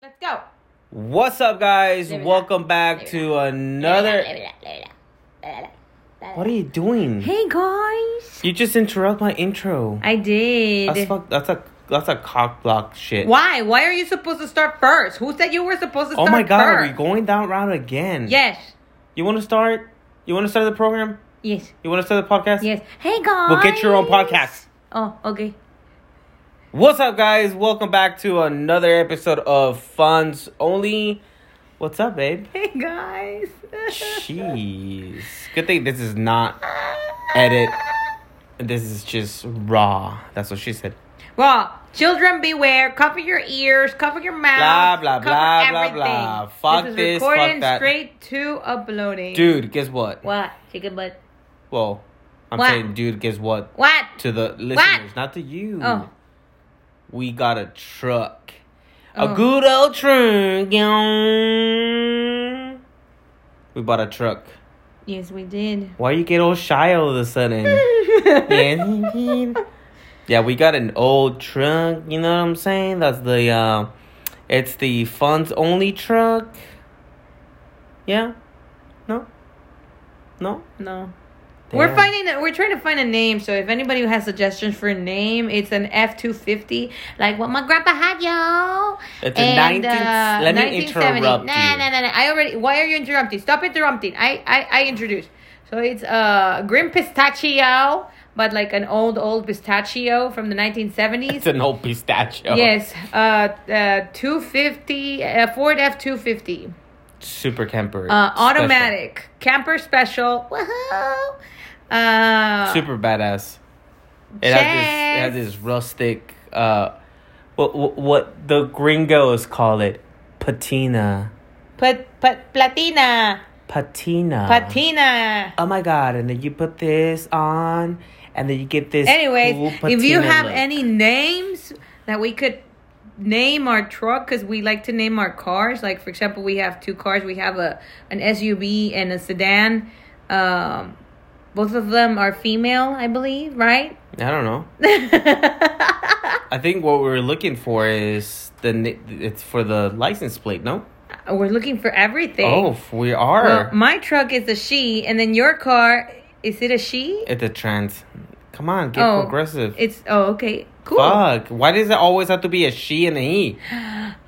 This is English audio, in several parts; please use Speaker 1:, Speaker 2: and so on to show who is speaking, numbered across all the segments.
Speaker 1: Let's go.
Speaker 2: What's up, guys?
Speaker 1: Leave it
Speaker 2: Welcome back to another. What are you doing?
Speaker 1: Hey guys.
Speaker 2: You just interrupt my intro.
Speaker 1: I did.
Speaker 2: That's fuck. That's a that's a cock block shit.
Speaker 1: Why? Why are you supposed to start first? Who said you were supposed to
Speaker 2: Oh
Speaker 1: start
Speaker 2: my god, are we
Speaker 1: first?
Speaker 2: going down route again?
Speaker 1: Yes.
Speaker 2: You want to start? You want to start the program?
Speaker 1: Yes.
Speaker 2: You want to start the podcast?
Speaker 1: Yes. Hey guys.
Speaker 2: Well, get your own podcast.
Speaker 1: Oh, okay.
Speaker 2: What's up, guys? Welcome back to another episode of Funds Only. What's up, babe?
Speaker 1: Hey guys.
Speaker 2: Jeez. Good thing this is not edit. This is just raw. That's what she said.
Speaker 1: Well, children beware. Cover your ears. Cover your
Speaker 2: Blah
Speaker 1: mouth.
Speaker 2: blah
Speaker 1: cover
Speaker 2: blah blah
Speaker 1: everything.
Speaker 2: blah. Fuck
Speaker 1: is
Speaker 2: this.
Speaker 1: recorded
Speaker 2: Fuck that.
Speaker 1: straight to uploading.
Speaker 2: Dude, guess what?
Speaker 1: What? Chicken butt.
Speaker 2: Well, I'm
Speaker 1: What?
Speaker 2: saying, dude, guess what?
Speaker 1: What?
Speaker 2: To the listeners, not to you.
Speaker 1: Oh.
Speaker 2: We got a truck.
Speaker 1: Oh.
Speaker 2: A good old truck. yeah. We bought a truck.
Speaker 1: Yes, we did.
Speaker 2: Why you get all shy all of a sudden? yeah, yeah, we got an old truck. You know what I'm saying? That's the, uh, it's the funds only truck. Yeah, no, no.
Speaker 1: no. We're
Speaker 2: Damn.
Speaker 1: finding that we're trying to find a name. So if anybody has suggestions for a name, it's an F two fifty, like what my grandpa had, y'all.
Speaker 2: It's a 19. let me
Speaker 1: 1970.
Speaker 2: interrupt
Speaker 1: Nah,
Speaker 2: you.
Speaker 1: nah, nah, nah. I already. Why are you interrupting? Stop interrupting. I, I, I introduced. So it's uh, grim pistachio, but like an old, old pistachio from the nineteen seventies.
Speaker 2: It's an old pistachio.
Speaker 1: Yes, uh, uh, two fifty uh, Ford F two fifty.
Speaker 2: Super Kemper.
Speaker 1: Uh, automatic camper special. Woohoo! Uh,
Speaker 2: Super badass. It has, this, it
Speaker 1: Chess.
Speaker 2: has this rustic, uh, what, what, what the gringos call it, patina.
Speaker 1: Put put platina,
Speaker 2: Patina.
Speaker 1: patina.
Speaker 2: oh my god and then you put this on and then you get this
Speaker 1: Anyways,
Speaker 2: cool
Speaker 1: if you
Speaker 2: patina
Speaker 1: have
Speaker 2: look.
Speaker 1: any names that we could name our truck, because we like to name our cars. Like for example, we have two cars. We have a an SUV and a sedan. Um, both of them are female, I believe, right?
Speaker 2: i don't know i think what we're looking for is the ni- it's for the license plate no
Speaker 1: We're looking for everything.
Speaker 2: oh f- we are
Speaker 1: Well, my truck is a she, and then your car is it a she?
Speaker 2: it's a trans come on get
Speaker 1: Oh,
Speaker 2: progressive
Speaker 1: It's oh okay, cool.
Speaker 2: fuck why does it always have to be a she and a he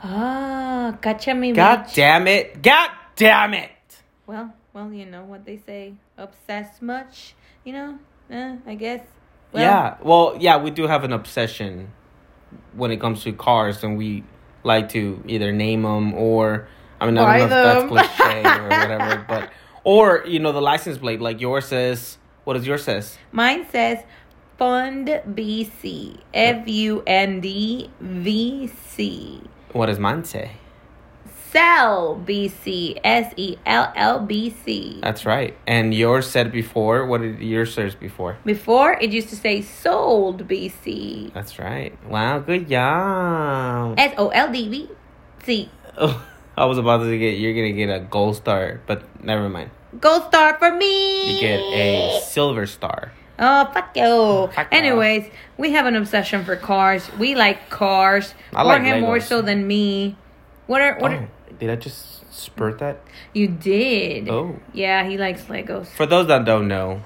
Speaker 1: Ah, gotcha me.
Speaker 2: god
Speaker 1: bitch.
Speaker 2: damn it god damn it
Speaker 1: Well, well, you know what they say. Obsessed much, you know? Eh, I guess. Well,
Speaker 2: yeah well yeah we do have an obsession when it comes to cars and we like to either name them or i mean i
Speaker 1: Buy
Speaker 2: don't know if
Speaker 1: them.
Speaker 2: that's cliche or whatever but or you know the license plate like yours says what does yours says
Speaker 1: Mine says Fund BC. F U N D V C.
Speaker 2: what does mine say
Speaker 1: Sell BC. S E L L B C.
Speaker 2: that's right and yours said before what did yours says before
Speaker 1: Before, it used to say sold BC.
Speaker 2: that's right wow good job
Speaker 1: S O L D B C.
Speaker 2: i was about to get you're gonna get a gold star but never mind
Speaker 1: Gold star for me.
Speaker 2: you get a silver star
Speaker 1: Oh, fuck you.
Speaker 2: Fuck you.
Speaker 1: Anyways, we have an obsession for cars. We like cars.
Speaker 2: I like
Speaker 1: Jorge more
Speaker 2: Legos.
Speaker 1: so than me. What are what?
Speaker 2: oh,
Speaker 1: Are,
Speaker 2: did i just spurt that
Speaker 1: you did?
Speaker 2: Oh.
Speaker 1: yeah, he likes Legos.
Speaker 2: For those that don't know,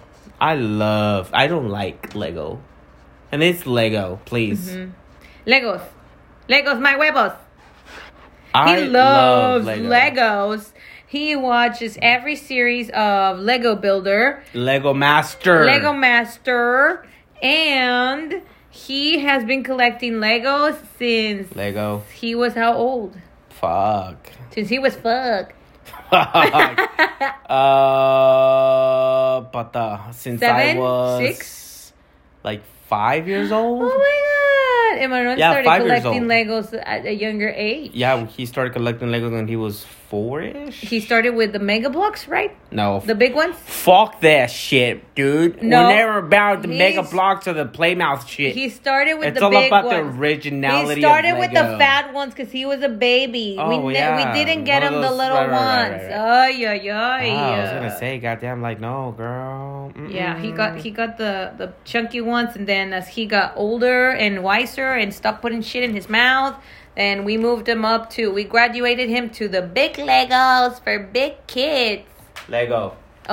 Speaker 2: I love. I don't like Lego, and it's Lego. Please,
Speaker 1: Mm-hmm. Legos, Legos, my huevos.
Speaker 2: I
Speaker 1: He loves
Speaker 2: love
Speaker 1: Legos. He watches every series of Lego Builder,
Speaker 2: Lego Master.
Speaker 1: Lego Master, and he has been collecting Legos since
Speaker 2: Lego.
Speaker 1: he was how old?
Speaker 2: Fuck.
Speaker 1: Since he was fuck.
Speaker 2: Fuck. uh, but uh, since I
Speaker 1: Seven?
Speaker 2: was
Speaker 1: Six?
Speaker 2: like five years old.
Speaker 1: Oh my god! Emmanuel
Speaker 2: Yeah,
Speaker 1: started
Speaker 2: five years
Speaker 1: collecting Legos at a younger age.
Speaker 2: yeah, he started collecting Legos when he was four-ish.
Speaker 1: He started with the Mega Blocks, right?
Speaker 2: no.
Speaker 1: The big ones.
Speaker 2: Fuck that shit,
Speaker 1: No.
Speaker 2: dude. We're never about the mega
Speaker 1: He's-
Speaker 2: blocks or the playmouth shit.
Speaker 1: He started with
Speaker 2: It's
Speaker 1: the
Speaker 2: all
Speaker 1: big
Speaker 2: about the
Speaker 1: ones.
Speaker 2: originality
Speaker 1: He
Speaker 2: of
Speaker 1: started with the
Speaker 2: Lego.
Speaker 1: fat ones because he was a baby. we
Speaker 2: Oh,
Speaker 1: ne-
Speaker 2: yeah.
Speaker 1: we didn't get
Speaker 2: One
Speaker 1: him
Speaker 2: of
Speaker 1: the
Speaker 2: those-
Speaker 1: little
Speaker 2: right, right, right,
Speaker 1: ones.
Speaker 2: right,
Speaker 1: Oh yeah, yeah.
Speaker 2: Wow, I was gonna say, goddamn, like no, girl. Mm-mm.
Speaker 1: Yeah, he got he got the the chunky ones, and then as he got older and wiser and stopped putting shit in his mouth, And we moved him up to, we graduated him to the big Legos for big kids.
Speaker 2: Lego.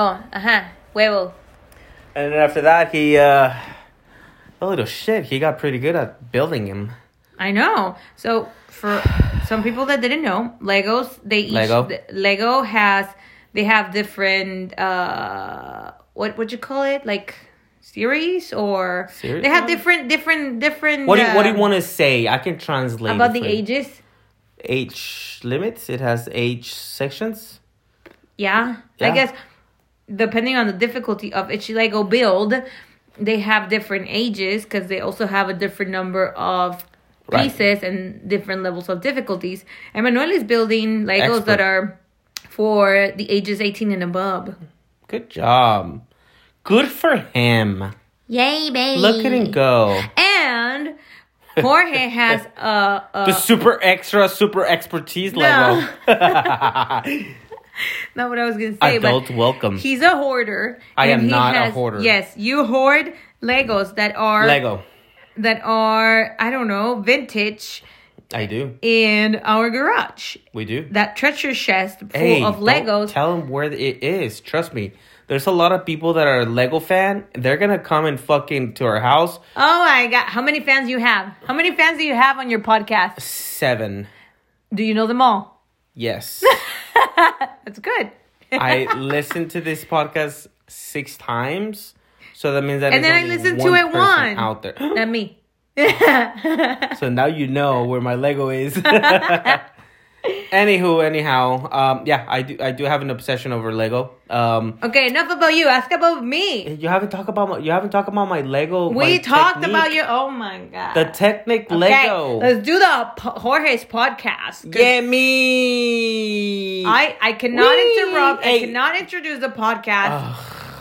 Speaker 1: Oh, uh huh. Huevo.
Speaker 2: And then after that, he, uh, a little shit, he got pretty good at building him.
Speaker 1: I know. So for some people that didn't know, Legos they each
Speaker 2: Lego?
Speaker 1: th- Lego has they have different uh what would you call it like series or
Speaker 2: Series?
Speaker 1: they have different different different.
Speaker 2: What do you, what do you
Speaker 1: uh,
Speaker 2: want to say? I can translate.
Speaker 1: about
Speaker 2: it
Speaker 1: the
Speaker 2: for you.
Speaker 1: ages?
Speaker 2: Age limits. It has age sections.
Speaker 1: Yeah. I
Speaker 2: Yeah.
Speaker 1: guess depending on the difficulty of each Lego build, they have different ages because they also have a different number of
Speaker 2: Right.
Speaker 1: pieces and different levels of difficulties. And Manuel is building Legos
Speaker 2: Expert.
Speaker 1: that are for the ages 18 and above.
Speaker 2: Good job. Good for him.
Speaker 1: Yay, baby.
Speaker 2: Look at him go.
Speaker 1: And Jorge has a, a
Speaker 2: The super extra, super expertise
Speaker 1: Uh, No.
Speaker 2: level.
Speaker 1: not what I was gonna say.
Speaker 2: Adult
Speaker 1: but
Speaker 2: welcome.
Speaker 1: He's a hoarder.
Speaker 2: I
Speaker 1: and
Speaker 2: am
Speaker 1: he
Speaker 2: not a
Speaker 1: has-
Speaker 2: hoarder.
Speaker 1: Yes, you hoard Legos that are
Speaker 2: Lego.
Speaker 1: that are I don't know vintage
Speaker 2: I do.
Speaker 1: in our garage.
Speaker 2: We do.
Speaker 1: That treasure chest full
Speaker 2: Hey,
Speaker 1: of
Speaker 2: don't
Speaker 1: Legos.
Speaker 2: Tell him where it is. Trust me. There's a lot of people that are Lego fan. They're gonna come and fucking to our house.
Speaker 1: oh my god! How many fans do you have? How many fans do you have on your podcast?
Speaker 2: Seven.
Speaker 1: Do you know them all?
Speaker 2: Yes.
Speaker 1: That's good.
Speaker 2: I listened to this podcast six times. So that means that
Speaker 1: And
Speaker 2: there's
Speaker 1: then I
Speaker 2: only
Speaker 1: listened to
Speaker 2: one
Speaker 1: it
Speaker 2: person
Speaker 1: once.
Speaker 2: out there.
Speaker 1: Not me.
Speaker 2: So now you know where my Lego is. Anywho, anyhow, um, yeah, I do. I do have an obsession over Lego. Um,
Speaker 1: Okay, enough about you. Ask about me.
Speaker 2: you haven't talked about my, you haven't talked about my Lego.
Speaker 1: We
Speaker 2: my
Speaker 1: talked
Speaker 2: technique.
Speaker 1: about your. Oh my god.
Speaker 2: the Technic
Speaker 1: Okay,
Speaker 2: Lego.
Speaker 1: Let's do the po- Jorge's podcast. 'cause
Speaker 2: Get me.
Speaker 1: I I cannot
Speaker 2: Whee!
Speaker 1: interrupt. I
Speaker 2: Hey.
Speaker 1: cannot introduce the podcast.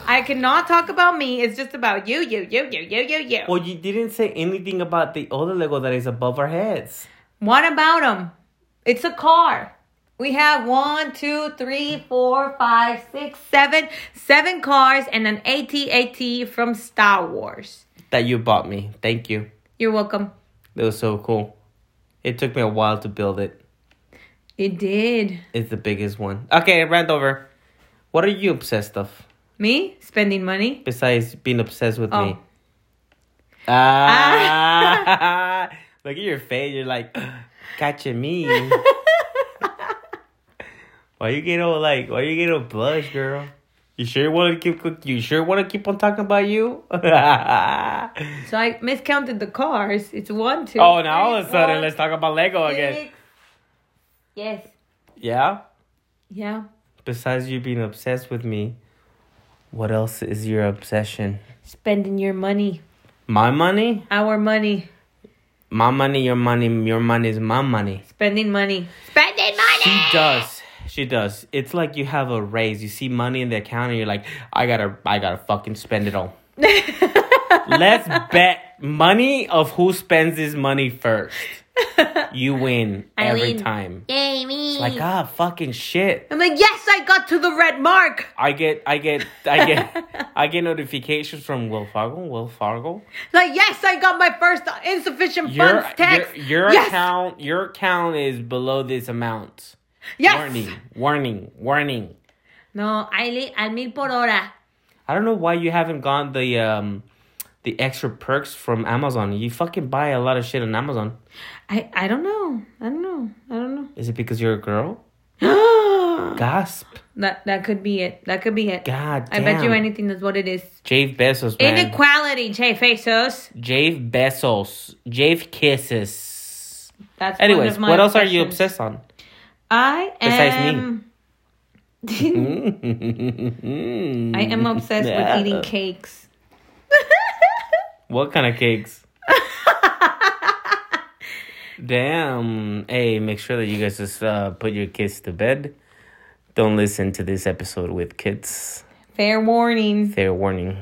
Speaker 1: I cannot talk about me. It's just about you, you, you, you, you, you, you.
Speaker 2: Well, you didn't say anything about the other Lego that is above our heads.
Speaker 1: What about them? It's a car. We have one, two, three, four, five, six, seven, seven cars and an AT-AT from Star Wars.
Speaker 2: That you bought me. Thank you.
Speaker 1: You're welcome.
Speaker 2: It was so cool. It took me a while to build it.
Speaker 1: It did.
Speaker 2: It's the biggest one. Okay, rant over. What are you obsessed of?
Speaker 1: Me spending money.
Speaker 2: besides being obsessed with
Speaker 1: Oh.
Speaker 2: me? Ah, look at your face. You're like, gotcha me. why you get all like? Why you get all blush, girl? You sure you want to keep? cook- You sure want to keep on talking about you? oh,
Speaker 1: So I miscounted the cars. It's one, two.
Speaker 2: now all of a
Speaker 1: three,
Speaker 2: sudden,
Speaker 1: four,
Speaker 2: let's talk about Lego again.
Speaker 1: six. Yes.
Speaker 2: Yeah.
Speaker 1: Yeah.
Speaker 2: Besides you being obsessed with me, what else is your obsession?
Speaker 1: Spending your money,
Speaker 2: My money,
Speaker 1: our money,
Speaker 2: my money, your money, your money is my money.
Speaker 1: spending money, spending money.
Speaker 2: She does. She does. It's like you have a raise. You see money in the account and you're like, I gotta I gotta fucking spend it all. Let's bet money of who spends his money first. You win
Speaker 1: I
Speaker 2: every
Speaker 1: win.
Speaker 2: time.
Speaker 1: Yay, me.
Speaker 2: Like ah fucking shit.
Speaker 1: I'm like, yes, I got to the red mark.
Speaker 2: I get I get I get I get notifications from Will Fargo. Will Fargo.
Speaker 1: Like, yes, I got my first insufficient
Speaker 2: Your
Speaker 1: funds
Speaker 2: your,
Speaker 1: text.
Speaker 2: your
Speaker 1: yes,
Speaker 2: account your account is below this amount.
Speaker 1: yes.
Speaker 2: Warning. Warning. Warning.
Speaker 1: No, I live al mil por hora.
Speaker 2: I don't know why you haven't gotten the um the extra perks from Amazon. You fucking buy a lot of shit on Amazon.
Speaker 1: I, I don't know. I don't know. I don't know.
Speaker 2: Is it because you're a girl? Gasp.
Speaker 1: that that could be it. That could be it.
Speaker 2: God
Speaker 1: I
Speaker 2: damn.
Speaker 1: bet you anything that's what it is.
Speaker 2: Jave Bezos, man.
Speaker 1: Inequality, Jay Bezos.
Speaker 2: Jave Bezos. Jave kisses.
Speaker 1: That's one
Speaker 2: Anyways,
Speaker 1: of my
Speaker 2: what else are you
Speaker 1: obsessions.
Speaker 2: obsessed on?
Speaker 1: I
Speaker 2: Besides me.
Speaker 1: am. I am obsessed with
Speaker 2: Yeah.
Speaker 1: eating cakes.
Speaker 2: What kind of cakes? Damn. Hey, make sure that you guys just uh, put your kids to bed. Don't listen to this episode with kids.
Speaker 1: Fair warning.
Speaker 2: Fair warning.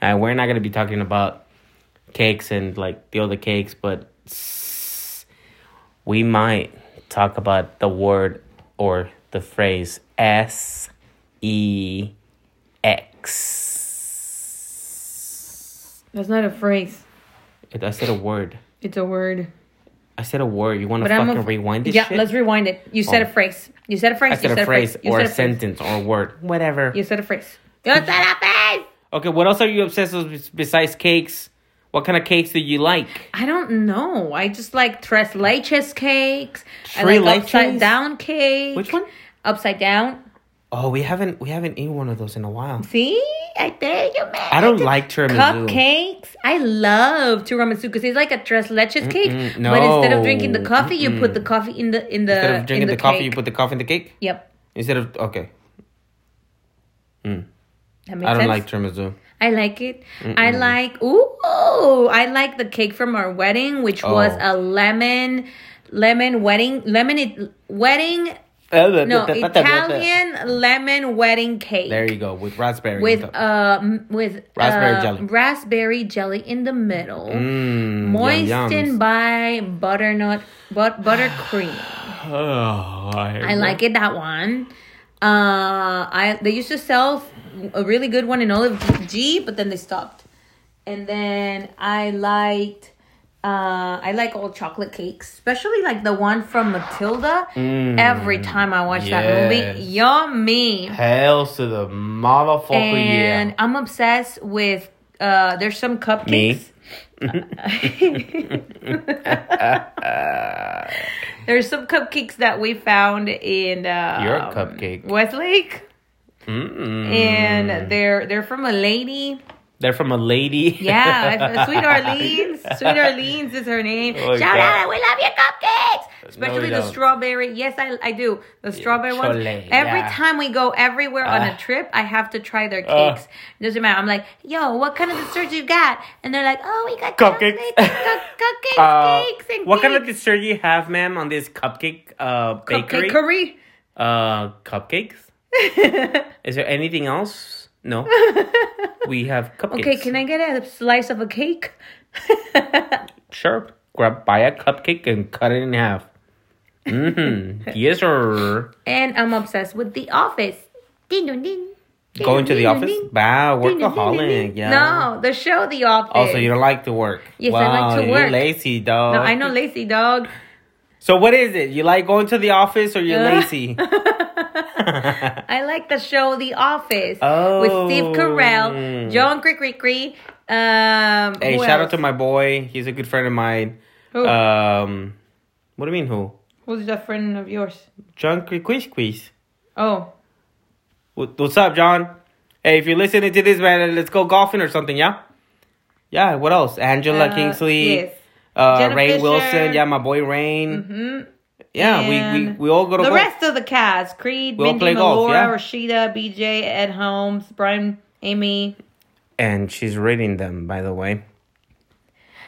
Speaker 2: Uh, we're not going to be talking about cakes and like the other cakes, but s- we might talk about the word or the phrase S E X.
Speaker 1: That's not a phrase.
Speaker 2: I said a word.
Speaker 1: It's a word.
Speaker 2: I said a word. You want to
Speaker 1: But I'm
Speaker 2: fucking
Speaker 1: a-
Speaker 2: rewind this
Speaker 1: yeah,
Speaker 2: shit?
Speaker 1: let's rewind it. You said
Speaker 2: Oh.
Speaker 1: a phrase. You said a phrase.
Speaker 2: I said,
Speaker 1: you
Speaker 2: a phrase
Speaker 1: You
Speaker 2: or
Speaker 1: said
Speaker 2: a
Speaker 1: a phrase.
Speaker 2: sentence or a word, whatever.
Speaker 1: You said a phrase. You said a phrase.
Speaker 2: Okay, what else are you obsessed with besides cakes? What kind of cakes do you like?
Speaker 1: I don't know. I just like tres leches cakes.
Speaker 2: Three
Speaker 1: I like upside
Speaker 2: leches?
Speaker 1: down cake.
Speaker 2: Which one?
Speaker 1: Upside down.
Speaker 2: Oh, we haven't we haven't eaten one of those in a while.
Speaker 1: See, I tell you, man.
Speaker 2: I uh, don't like tiramisu.
Speaker 1: cupcakes. I love tiramisu because it's like a tres leches cake.
Speaker 2: Mm-mm,
Speaker 1: But instead
Speaker 2: no.
Speaker 1: of drinking the coffee, you put the coffee in the in the
Speaker 2: Instead of drinking
Speaker 1: in
Speaker 2: the, coffee, you
Speaker 1: cake.
Speaker 2: put the coffee in the cake.
Speaker 1: Yep,
Speaker 2: Instead of okay,
Speaker 1: that makes
Speaker 2: I don't
Speaker 1: sense.
Speaker 2: like tiramisu.
Speaker 1: I like it. I like ooh, I like the cake from our wedding, which was
Speaker 2: Oh.
Speaker 1: a lemon, lemon wedding, lemon it, wedding. No, Italian lemon wedding cake
Speaker 2: There you go with raspberry.
Speaker 1: with um with
Speaker 2: Raspberry
Speaker 1: uh,
Speaker 2: jelly.
Speaker 1: raspberry jelly in the middle,
Speaker 2: Mm, yum,
Speaker 1: moistened
Speaker 2: yums.
Speaker 1: by butternut but buttercream.
Speaker 2: Oh,
Speaker 1: I like it that one. Uh, I they used to sell a really good one in Olive G, but then they stopped. And then I liked, uh, I like all chocolate cakes, especially like the one from Matilda.
Speaker 2: Mm.
Speaker 1: Every time I watch that movie,
Speaker 2: yes.
Speaker 1: yummy.
Speaker 2: Hells to the motherfucker!
Speaker 1: And
Speaker 2: yeah.
Speaker 1: I'm obsessed with. Uh, there's some cupcakes.
Speaker 2: Me? uh,
Speaker 1: There's some cupcakes that we found in uh,
Speaker 2: Your cupcake.
Speaker 1: Westlake,
Speaker 2: Mm.
Speaker 1: and they're they're from a lady.
Speaker 2: They're from a lady.
Speaker 1: Yeah, I- Sweet Arlene's. Sweet Arlene's is her name.
Speaker 2: Oh my
Speaker 1: Shout
Speaker 2: God.
Speaker 1: out! We love your cupcakes, especially the
Speaker 2: don't.
Speaker 1: strawberry. Yes, I I do the strawberry ones.
Speaker 2: chole,
Speaker 1: Every
Speaker 2: yeah.
Speaker 1: time we go everywhere on
Speaker 2: Ah.
Speaker 1: a trip, I have to try their
Speaker 2: Ah.
Speaker 1: cakes. Doesn't matter. I'm like, yo, what kind of dessert you got? And they're like, oh, we got
Speaker 2: Cupcakes.
Speaker 1: cupcakes, cupcakes,
Speaker 2: Uh,
Speaker 1: cakes, and
Speaker 2: what kind of
Speaker 1: cakes."
Speaker 2: dessert you have, ma'am, on this cupcake uh, bakery?
Speaker 1: Cupcakery.
Speaker 2: uh, cupcakes. Is there anything else? No. we have cupcakes.
Speaker 1: Okay, can I get a slice of a cake?
Speaker 2: Sure. Grab, buy a cupcake and cut it in half. Mm-hmm. yes, sir.
Speaker 1: and I'm obsessed with The Office. Ding dong ding. Ding,
Speaker 2: Going to
Speaker 1: dong,
Speaker 2: the
Speaker 1: ding, dong, ding.
Speaker 2: office? Wow,
Speaker 1: Ding, dong, ding, dong,
Speaker 2: workaholic.
Speaker 1: ding.
Speaker 2: Yeah.
Speaker 1: No, the show The Office.
Speaker 2: Also, you don't like to work.
Speaker 1: Yes, I
Speaker 2: wow,
Speaker 1: like to
Speaker 2: you're
Speaker 1: work.
Speaker 2: lazy, dog.
Speaker 1: No, I know lazy dog.
Speaker 2: So what is it? You like going to the office or you're
Speaker 1: Uh.
Speaker 2: lazy?
Speaker 1: I like the show The Office
Speaker 2: Oh.
Speaker 1: with Steve Carell, John Crickrickree. Um,
Speaker 2: Hey,
Speaker 1: who
Speaker 2: shout out
Speaker 1: else?
Speaker 2: to my boy. He's a good friend of mine.
Speaker 1: Who?
Speaker 2: Um, what do you mean who?
Speaker 1: who's that friend of yours?
Speaker 2: John Quiz Quiz.
Speaker 1: Oh,
Speaker 2: What- What's up, John? Hey, if you're listening to this, man, let's go golfing or something, yeah? Yeah, what else? Angela
Speaker 1: uh,
Speaker 2: Kingsley,
Speaker 1: Yes.
Speaker 2: uh,
Speaker 1: Jenna
Speaker 2: Ray
Speaker 1: Fisher.
Speaker 2: Wilson, yeah, my boy Rain.
Speaker 1: Hmm?
Speaker 2: Yeah, we, we,
Speaker 1: And
Speaker 2: we all go to
Speaker 1: the
Speaker 2: golf.
Speaker 1: rest of the cast: Creed,
Speaker 2: We all
Speaker 1: Mindy,
Speaker 2: play
Speaker 1: Melora,
Speaker 2: golf, yeah.
Speaker 1: Rashida, BJ, Ed Holmes, Brian, Amy.
Speaker 2: And she's rating them, by the way.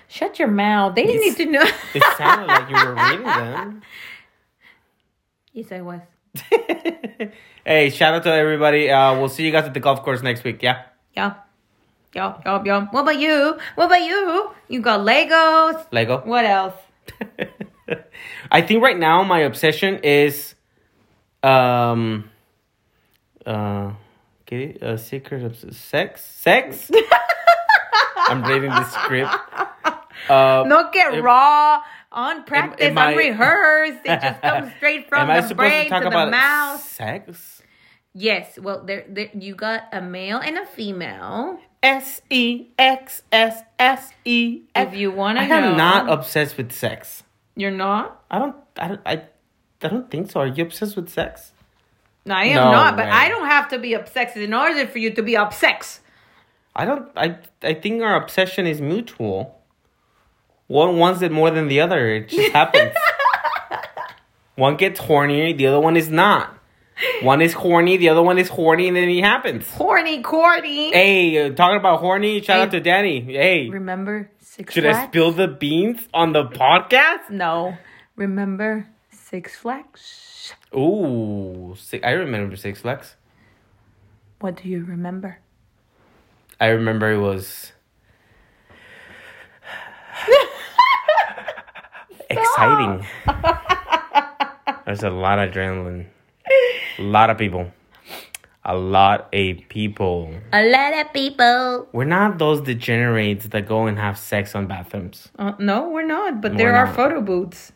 Speaker 1: Shut your mouth. They didn't
Speaker 2: Yes.
Speaker 1: need to know.
Speaker 2: It sounded like you were rating them.
Speaker 1: yes, I was.
Speaker 2: hey, shout out to everybody. Uh, we'll see you guys at the golf course next week, yeah?
Speaker 1: Yeah. Yeah, yeah, yeah. What about you? What about you? You got Legos.
Speaker 2: Lego?
Speaker 1: What else?
Speaker 2: I think right now my obsession is um uh okay, uh, secret of sex sex I'm reading the script. Uh,
Speaker 1: Don't get
Speaker 2: Am-
Speaker 1: raw, unpracticed,
Speaker 2: am I-
Speaker 1: unrehearsed. It just comes straight from
Speaker 2: am I
Speaker 1: the
Speaker 2: supposed
Speaker 1: brain
Speaker 2: to talk
Speaker 1: to
Speaker 2: about
Speaker 1: the mouth.
Speaker 2: sex?
Speaker 1: Yes. Well, there, there, you got a male and a female.
Speaker 2: S E X S S E
Speaker 1: If you want
Speaker 2: I
Speaker 1: to
Speaker 2: am not obsessed with sex.
Speaker 1: You're not?
Speaker 2: I don't I don't I, I don't think so. Are you obsessed with sex?
Speaker 1: No, I am
Speaker 2: No
Speaker 1: not. But
Speaker 2: way.
Speaker 1: I don't have to be obsessed in order for you to be obsessed.
Speaker 2: I don't. I I think our obsession is mutual. One wants it more than the other. It just happens. one gets horny, the other one is not. One is horny, the other one is horny, and then it happens.
Speaker 1: Horny, corny.
Speaker 2: Hey, uh, talking about horny, shout out to Danny. Hey,
Speaker 1: Remember six
Speaker 2: should I
Speaker 1: flags?
Speaker 2: spill the beans on the podcast?
Speaker 1: no. Remember six flags?
Speaker 2: Ooh, si- I remember Six Flags.
Speaker 1: What do you remember?
Speaker 2: I remember it was exciting. There's a lot of adrenaline. A lot of people. a lot of people.
Speaker 1: A lot of people.
Speaker 2: We're not those degenerates that go and have sex on bathrooms.
Speaker 1: Uh, no, we're not. But there
Speaker 2: We're
Speaker 1: are
Speaker 2: not.
Speaker 1: photo booths.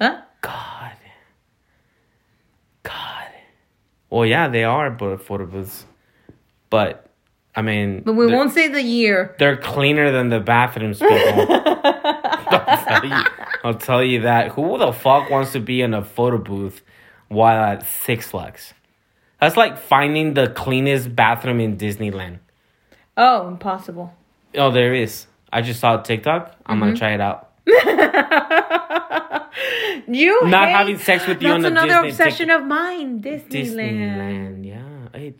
Speaker 1: Huh?
Speaker 2: God. God. Well, yeah, they are but photo booths. But, I mean.
Speaker 1: But we
Speaker 2: they're-
Speaker 1: won't say the year.
Speaker 2: They're cleaner than the bathrooms, people. I'll, tell you, I'll tell you that. Who the fuck wants to be in a photo booth while at Six Flags? That's like finding the cleanest bathroom in Disneyland.
Speaker 1: Oh, impossible.
Speaker 2: Oh, there is. I just saw a TikTok. I'm gonna try it out.
Speaker 1: You
Speaker 2: Not
Speaker 1: hate-
Speaker 2: having sex with you
Speaker 1: That's
Speaker 2: on the
Speaker 1: another
Speaker 2: Disney
Speaker 1: obsession of mine. Disneyland.
Speaker 2: Disneyland, yeah. Hey,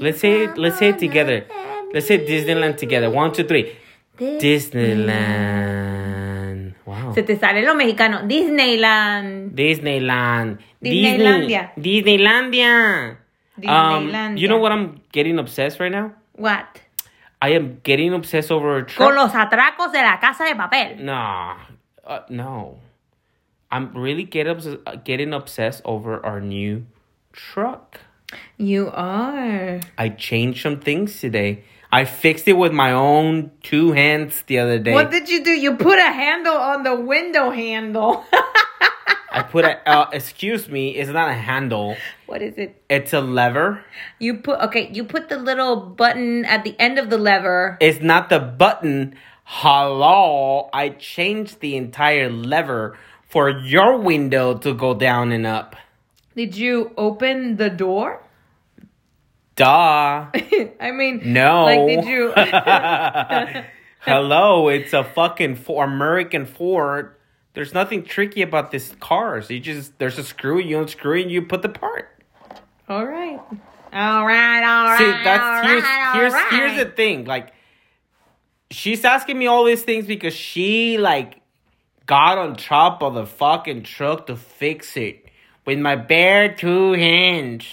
Speaker 2: let's say it. Let's say it together. Let's say Disneyland together. One, two, three. Disneyland. Wow.
Speaker 1: Se te sale lo mexicano. Disneyland.
Speaker 2: Disneyland.
Speaker 1: Disneylandia.
Speaker 2: Disney- Disneylandia. Um, you know
Speaker 1: Disneylandia.
Speaker 2: what I'm getting obsessed right now?
Speaker 1: What?
Speaker 2: I am getting obsessed over a
Speaker 1: Con
Speaker 2: truck.
Speaker 1: los atracos de la casa de papel.
Speaker 2: Nah, uh, no. I'm really get obs- uh, getting obsessed over our new truck.
Speaker 1: You are.
Speaker 2: I changed some things today. I fixed it with my own two hands the other day.
Speaker 1: What did you do? You put a handle on the window handle.
Speaker 2: I put a, uh, excuse me, it's not a handle.
Speaker 1: what is it?
Speaker 2: It's a lever.
Speaker 1: You put okay. You put the little button at the end of the lever.
Speaker 2: It's not the button. Hello, I changed the entire lever for your window to go down and up.
Speaker 1: Did you open the door?
Speaker 2: Duh.
Speaker 1: I mean,
Speaker 2: No.
Speaker 1: Like, did you?
Speaker 2: Hello, it's a fucking for American Ford. There's nothing tricky about this cars. You just there's a screw, you unscrew it, and you put the part.
Speaker 1: all right, all right, all right.
Speaker 2: See, that's
Speaker 1: all
Speaker 2: here's
Speaker 1: right, all
Speaker 2: here's here's the
Speaker 1: right.
Speaker 2: thing. Like, she's asking me all these things because she like got on top of the fucking truck to fix it with my bare two hands.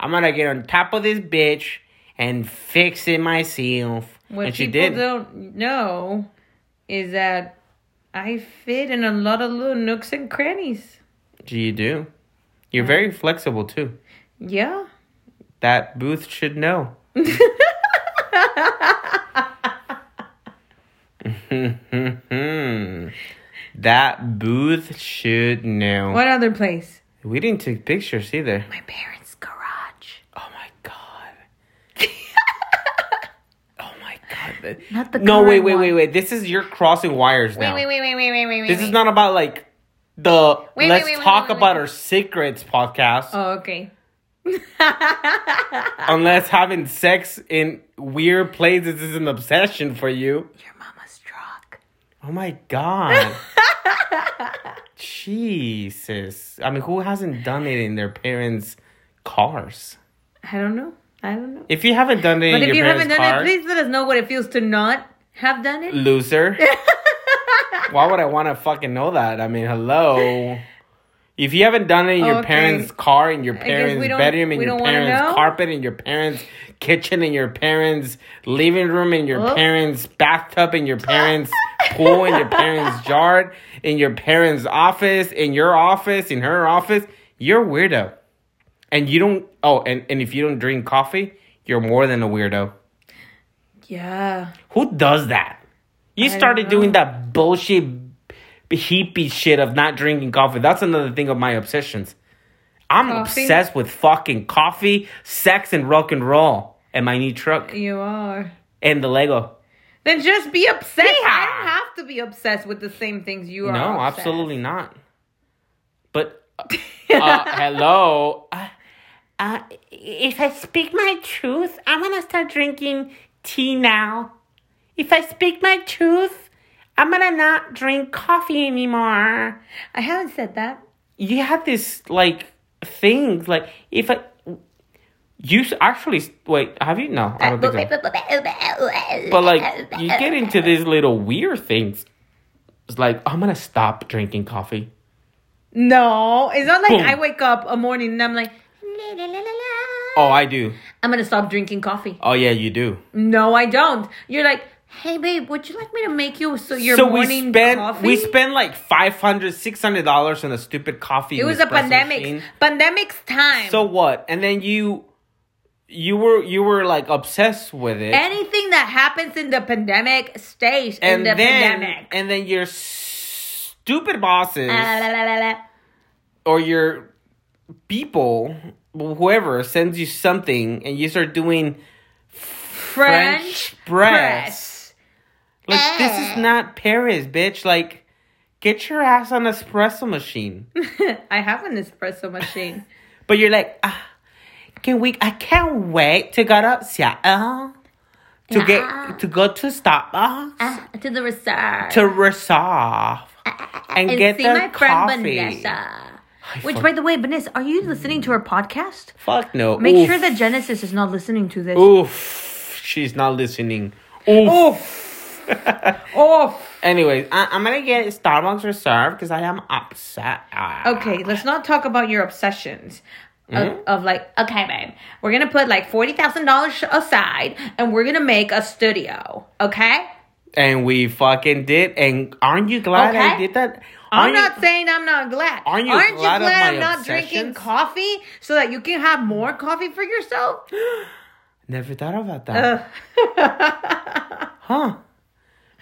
Speaker 2: I'm gonna get on top of this bitch and fix it myself.
Speaker 1: What
Speaker 2: and she
Speaker 1: people
Speaker 2: did.
Speaker 1: don't know is that I fit in a lot of little nooks and crannies.
Speaker 2: You do. You're very flexible too.
Speaker 1: Yeah.
Speaker 2: That booth should know. that booth should know.
Speaker 1: What other place?
Speaker 2: We didn't take pictures either.
Speaker 1: My parents' garage.
Speaker 2: Oh my god. oh my god.
Speaker 1: Not the
Speaker 2: no, wait,
Speaker 1: current
Speaker 2: wait, wait,
Speaker 1: one.
Speaker 2: wait. This is your crossing wires now.
Speaker 1: Wait, wait, wait, wait, wait, wait, wait.
Speaker 2: This
Speaker 1: wait.
Speaker 2: is not about like the
Speaker 1: wait,
Speaker 2: let's
Speaker 1: wait, wait,
Speaker 2: talk
Speaker 1: wait, wait.
Speaker 2: about our secrets podcast.
Speaker 1: Oh, okay.
Speaker 2: Unless having sex in weird places is an obsession for you.
Speaker 1: Your mama's truck.
Speaker 2: Oh my god. Jesus. I mean, who hasn't done it in their parents' cars?
Speaker 1: I don't know. I don't know.
Speaker 2: If you haven't done it
Speaker 1: But
Speaker 2: in
Speaker 1: if you
Speaker 2: your
Speaker 1: haven't
Speaker 2: parents'
Speaker 1: done
Speaker 2: car, Mm.
Speaker 1: it, please let us know what it feels to not have done it.
Speaker 2: loser. Why would I want to fucking know that? I mean, hello. If you haven't done it in your
Speaker 1: Okay.
Speaker 2: parents' car, in your
Speaker 1: guess
Speaker 2: parents'
Speaker 1: we don't-
Speaker 2: bedroom, in
Speaker 1: we
Speaker 2: your
Speaker 1: don't wanna
Speaker 2: parents'
Speaker 1: know?
Speaker 2: carpet, in your parents' kitchen, in your parents' living room, in your
Speaker 1: Oh.
Speaker 2: parents' bathtub, in your parents' pool, in your parents' yard, in your parents' office, in your office, in her office, you're a weirdo. And you don't, oh, and, and if you don't drink coffee, you're more than a weirdo.
Speaker 1: Yeah.
Speaker 2: Who does that? You
Speaker 1: don't
Speaker 2: started
Speaker 1: know.
Speaker 2: doing that bullshit hippie shit of not drinking coffee. That's another thing of my obsessions. I'm
Speaker 1: Coffee?
Speaker 2: obsessed with fucking coffee, sex, and rock and roll, and my new truck
Speaker 1: You are.
Speaker 2: and the Lego.
Speaker 1: Then just be obsessed. I
Speaker 2: Yeehaw!
Speaker 1: don't have to be obsessed with the same things you are.
Speaker 2: No,
Speaker 1: obsessed.
Speaker 2: absolutely not. But uh, hello. Uh, uh, if I speak my truth, I'm gonna start drinking tea now. If I speak my truth, I'm gonna not drink coffee anymore.
Speaker 1: I haven't said that.
Speaker 2: You have this like thing, like if I. You s- actually wait. Have you? No, I don't think so. But like you get into these little weird things. It's like I'm gonna stop drinking coffee.
Speaker 1: No, it's not like
Speaker 2: Boom.
Speaker 1: I wake up a morning and I'm like,
Speaker 2: Oh, I do.
Speaker 1: I'm gonna stop drinking coffee.
Speaker 2: Oh yeah, you do.
Speaker 1: No, I don't. You're like, hey babe, would you like me to make you so your
Speaker 2: so
Speaker 1: morning
Speaker 2: we spent
Speaker 1: coffee?
Speaker 2: we spent like 500 600 dollars on a stupid coffee.
Speaker 1: It was a
Speaker 2: Nespresso
Speaker 1: pandemic.
Speaker 2: machine.
Speaker 1: Pandemic's time.
Speaker 2: So what? And then you you were you were like obsessed with it.
Speaker 1: Anything that happens in the pandemic stays
Speaker 2: and
Speaker 1: in the
Speaker 2: then
Speaker 1: pandemic.
Speaker 2: and then your stupid bosses
Speaker 1: Ah, la, la, la, la.
Speaker 2: or your people whoever sends you something and you start doing French
Speaker 1: French
Speaker 2: press.
Speaker 1: press.
Speaker 2: like this is not Paris, bitch. Like get your ass on espresso machine.
Speaker 1: I have an espresso machine.
Speaker 2: But you're like, ah, can we? I can't wait to go to Seattle uh-huh, to
Speaker 1: Yeah.
Speaker 2: get to go to Starbucks
Speaker 1: Ah, to the reserve.
Speaker 2: to resolve and,
Speaker 1: Uh, and
Speaker 2: get
Speaker 1: see
Speaker 2: the
Speaker 1: my friend
Speaker 2: coffee.
Speaker 1: Vanessa.
Speaker 2: I
Speaker 1: Which,
Speaker 2: fuck-
Speaker 1: by the way, Vanessa, are you listening to our podcast?
Speaker 2: Fuck no.
Speaker 1: Make
Speaker 2: Oof.
Speaker 1: sure that Genesis is not listening to this.
Speaker 2: Oof, she's not listening. Oof.
Speaker 1: Off.
Speaker 2: Anyways, I, I'm gonna get Starbucks Reserve because I am upset. Ah.
Speaker 1: Okay, let's not talk about your obsessions.
Speaker 2: Mm-hmm.
Speaker 1: Of, of like, okay, babe, we're gonna put like forty thousand dollars aside, and we're gonna make a studio. Okay,
Speaker 2: And we fucking did. And aren't you glad I
Speaker 1: Okay.
Speaker 2: did that?
Speaker 1: I'm
Speaker 2: Aren't you-
Speaker 1: not saying I'm not glad.
Speaker 2: Aren't you
Speaker 1: Aren't you
Speaker 2: glad
Speaker 1: glad,
Speaker 2: of my
Speaker 1: I'm not drinking
Speaker 2: obsessions?
Speaker 1: coffee so that you can have more coffee for yourself?
Speaker 2: Never thought about that. huh.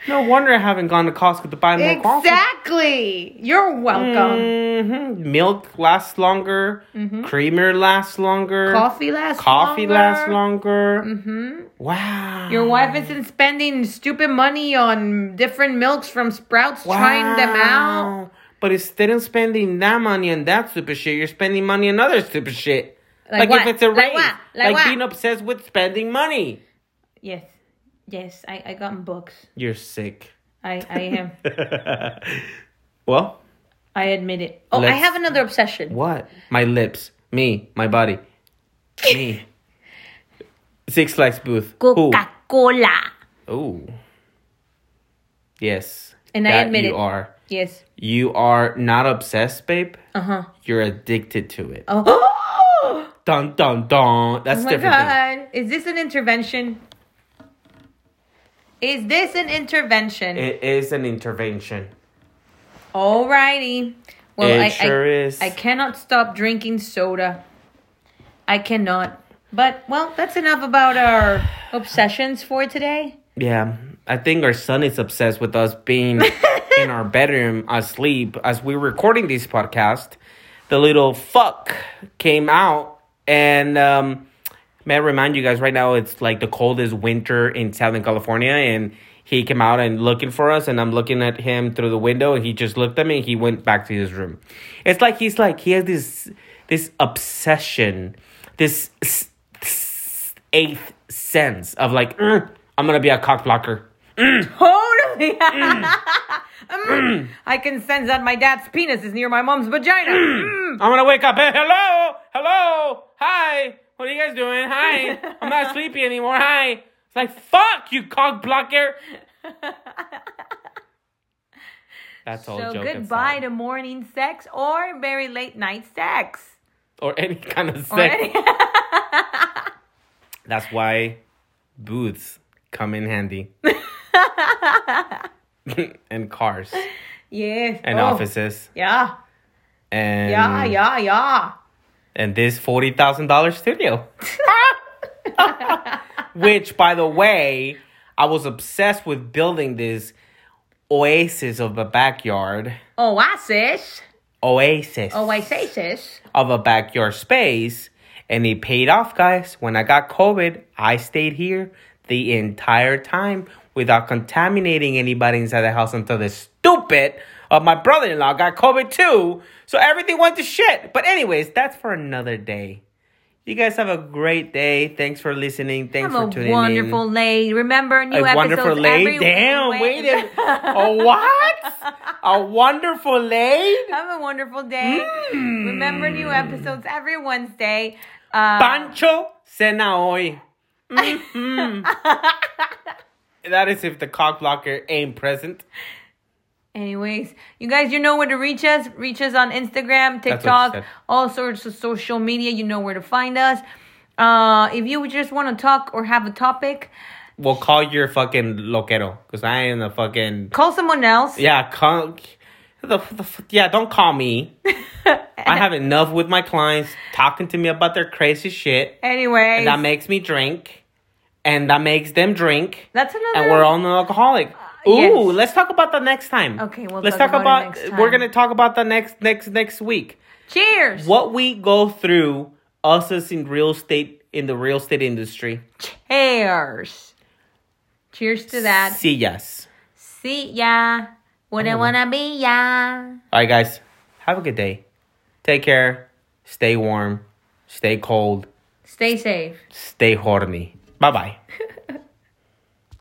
Speaker 2: No wonder I haven't gone to Costco to buy more coffee.
Speaker 1: exactly. You're welcome.
Speaker 2: hmm Milk lasts longer. Creamer lasts longer.
Speaker 1: Mm-hmm. Coffee lasts.
Speaker 2: Coffee
Speaker 1: longer.
Speaker 2: lasts longer. Mm-hmm. Wow.
Speaker 1: Your wife isn't spending stupid money on different milks from Sprouts, trying them out.
Speaker 2: Wow. But instead of spending that money on that stupid shit, you're spending money on other stupid shit.
Speaker 1: Like
Speaker 2: if
Speaker 1: what?
Speaker 2: it's a
Speaker 1: Like
Speaker 2: race.
Speaker 1: what? Like what?
Speaker 2: being obsessed with spending money.
Speaker 1: Yes, yes, I I got books.
Speaker 2: You're sick.
Speaker 1: I I am.
Speaker 2: well,
Speaker 1: I admit it. Oh, I
Speaker 2: Let's-
Speaker 1: have another obsession.
Speaker 2: What? My lips. Me. My body. Me. Six Flags booth. Who?
Speaker 1: Coca Cola.
Speaker 2: Ooh. Yes.
Speaker 1: And I
Speaker 2: that
Speaker 1: admit
Speaker 2: you
Speaker 1: it.
Speaker 2: are.
Speaker 1: Yes.
Speaker 2: You are not obsessed, babe.
Speaker 1: Uh huh.
Speaker 2: You're addicted to it.
Speaker 1: Oh.
Speaker 2: Dun dun dun. That's
Speaker 1: Oh my
Speaker 2: different. thing.
Speaker 1: god. Is this an intervention? Is this an intervention?
Speaker 2: It is an intervention.
Speaker 1: Alrighty. Well,
Speaker 2: it
Speaker 1: I,
Speaker 2: sure
Speaker 1: I,
Speaker 2: is.
Speaker 1: I cannot stop drinking soda. I cannot. But, well, that's enough about our obsessions for today.
Speaker 2: yeah. I think our son is obsessed with us being in our bedroom asleep as we're recording this podcast. The little fuck came out and um may I remind you guys right now it's like the coldest winter in Southern California and he came out and looking for us and I'm looking at him through the window and he just looked at me and he went back to his room. It's like he's like he has this this obsession, this s- s- eighth sense of like "Mm, I'm gonna be a cock blocker.
Speaker 1: Totally. Mm. I can sense that my dad's penis is near my mom's vagina. Mm.
Speaker 2: I'm gonna wake up. Hey, hello, hello, hi. What are you guys doing? Hi. I'm not sleepy anymore. Hi. It's like fuck you, cock blocker. That's all.
Speaker 1: So,
Speaker 2: joke
Speaker 1: goodbye
Speaker 2: aside.
Speaker 1: to morning sex or very late night sex.
Speaker 2: or any kind of
Speaker 1: Or
Speaker 2: sex.
Speaker 1: any-
Speaker 2: That's why booths come in handy. and cars
Speaker 1: yes.
Speaker 2: and
Speaker 1: Oh.
Speaker 2: offices
Speaker 1: Yeah.
Speaker 2: and
Speaker 1: Yeah, yeah, yeah.
Speaker 2: and this forty thousand dollar studio. Which, by the way, I was obsessed with building this oasis of a backyard,
Speaker 1: Oh, I sis.
Speaker 2: oasis
Speaker 1: Oh, I say sis.
Speaker 2: of a backyard space, and it paid off, guys. When I got COVID, I stayed here the entire time without contaminating anybody inside the house until the stupid of my brother-in-law got COVID too. So everything went to shit. But anyways, that's for another day. You guys have a great day. Thanks for listening.
Speaker 1: I'm
Speaker 2: Thanks for tuning
Speaker 1: a
Speaker 2: in
Speaker 1: wonderful lady. Remember, new
Speaker 2: a
Speaker 1: episodes
Speaker 2: wonderful lady.
Speaker 1: every
Speaker 2: Damn, wait
Speaker 1: Wednesday.
Speaker 2: a, a what? A wonderful lady.
Speaker 1: Have a wonderful day.
Speaker 2: Mm.
Speaker 1: Remember, new episodes every Wednesday. Uh,
Speaker 2: Pancho cena hoy.
Speaker 1: Mm-hmm.
Speaker 2: Mhm. that is if the cock blocker ain't present.
Speaker 1: Uh, Anyways, you guys, you know where to reach us. Reach us on Instagram,
Speaker 2: what she said.
Speaker 1: TikTok, all sorts of social media. You know where to find us. Uh, if you just want to talk or have a topic,
Speaker 2: We'll call your fucking loquero because I am a fucking
Speaker 1: call someone else.
Speaker 2: yeah. Con- the, the, f yeah, don't call me. I have enough with my clients talking to me about their crazy shit.
Speaker 1: Anyway,
Speaker 2: And that makes me drink. And that makes them drink.
Speaker 1: that's another.
Speaker 2: And we're all an alcoholic. Ooh,
Speaker 1: Uh, yes.
Speaker 2: let's talk about that next time.
Speaker 1: Okay, we'll
Speaker 2: let's
Speaker 1: talk
Speaker 2: talk,
Speaker 1: about it
Speaker 2: about.
Speaker 1: next
Speaker 2: We're
Speaker 1: time.
Speaker 2: gonna talk about that next next next week.
Speaker 1: Cheers.
Speaker 2: What we go through, us as in real estate in the real estate industry.
Speaker 1: Cheers. Cheers to that.
Speaker 2: See yes.
Speaker 1: See ya. Wouldn't wanna be ya.
Speaker 2: All right, guys. Have a good day. Take care. Stay warm. Stay cold.
Speaker 1: Stay safe.
Speaker 2: Stay horny. Bye bye.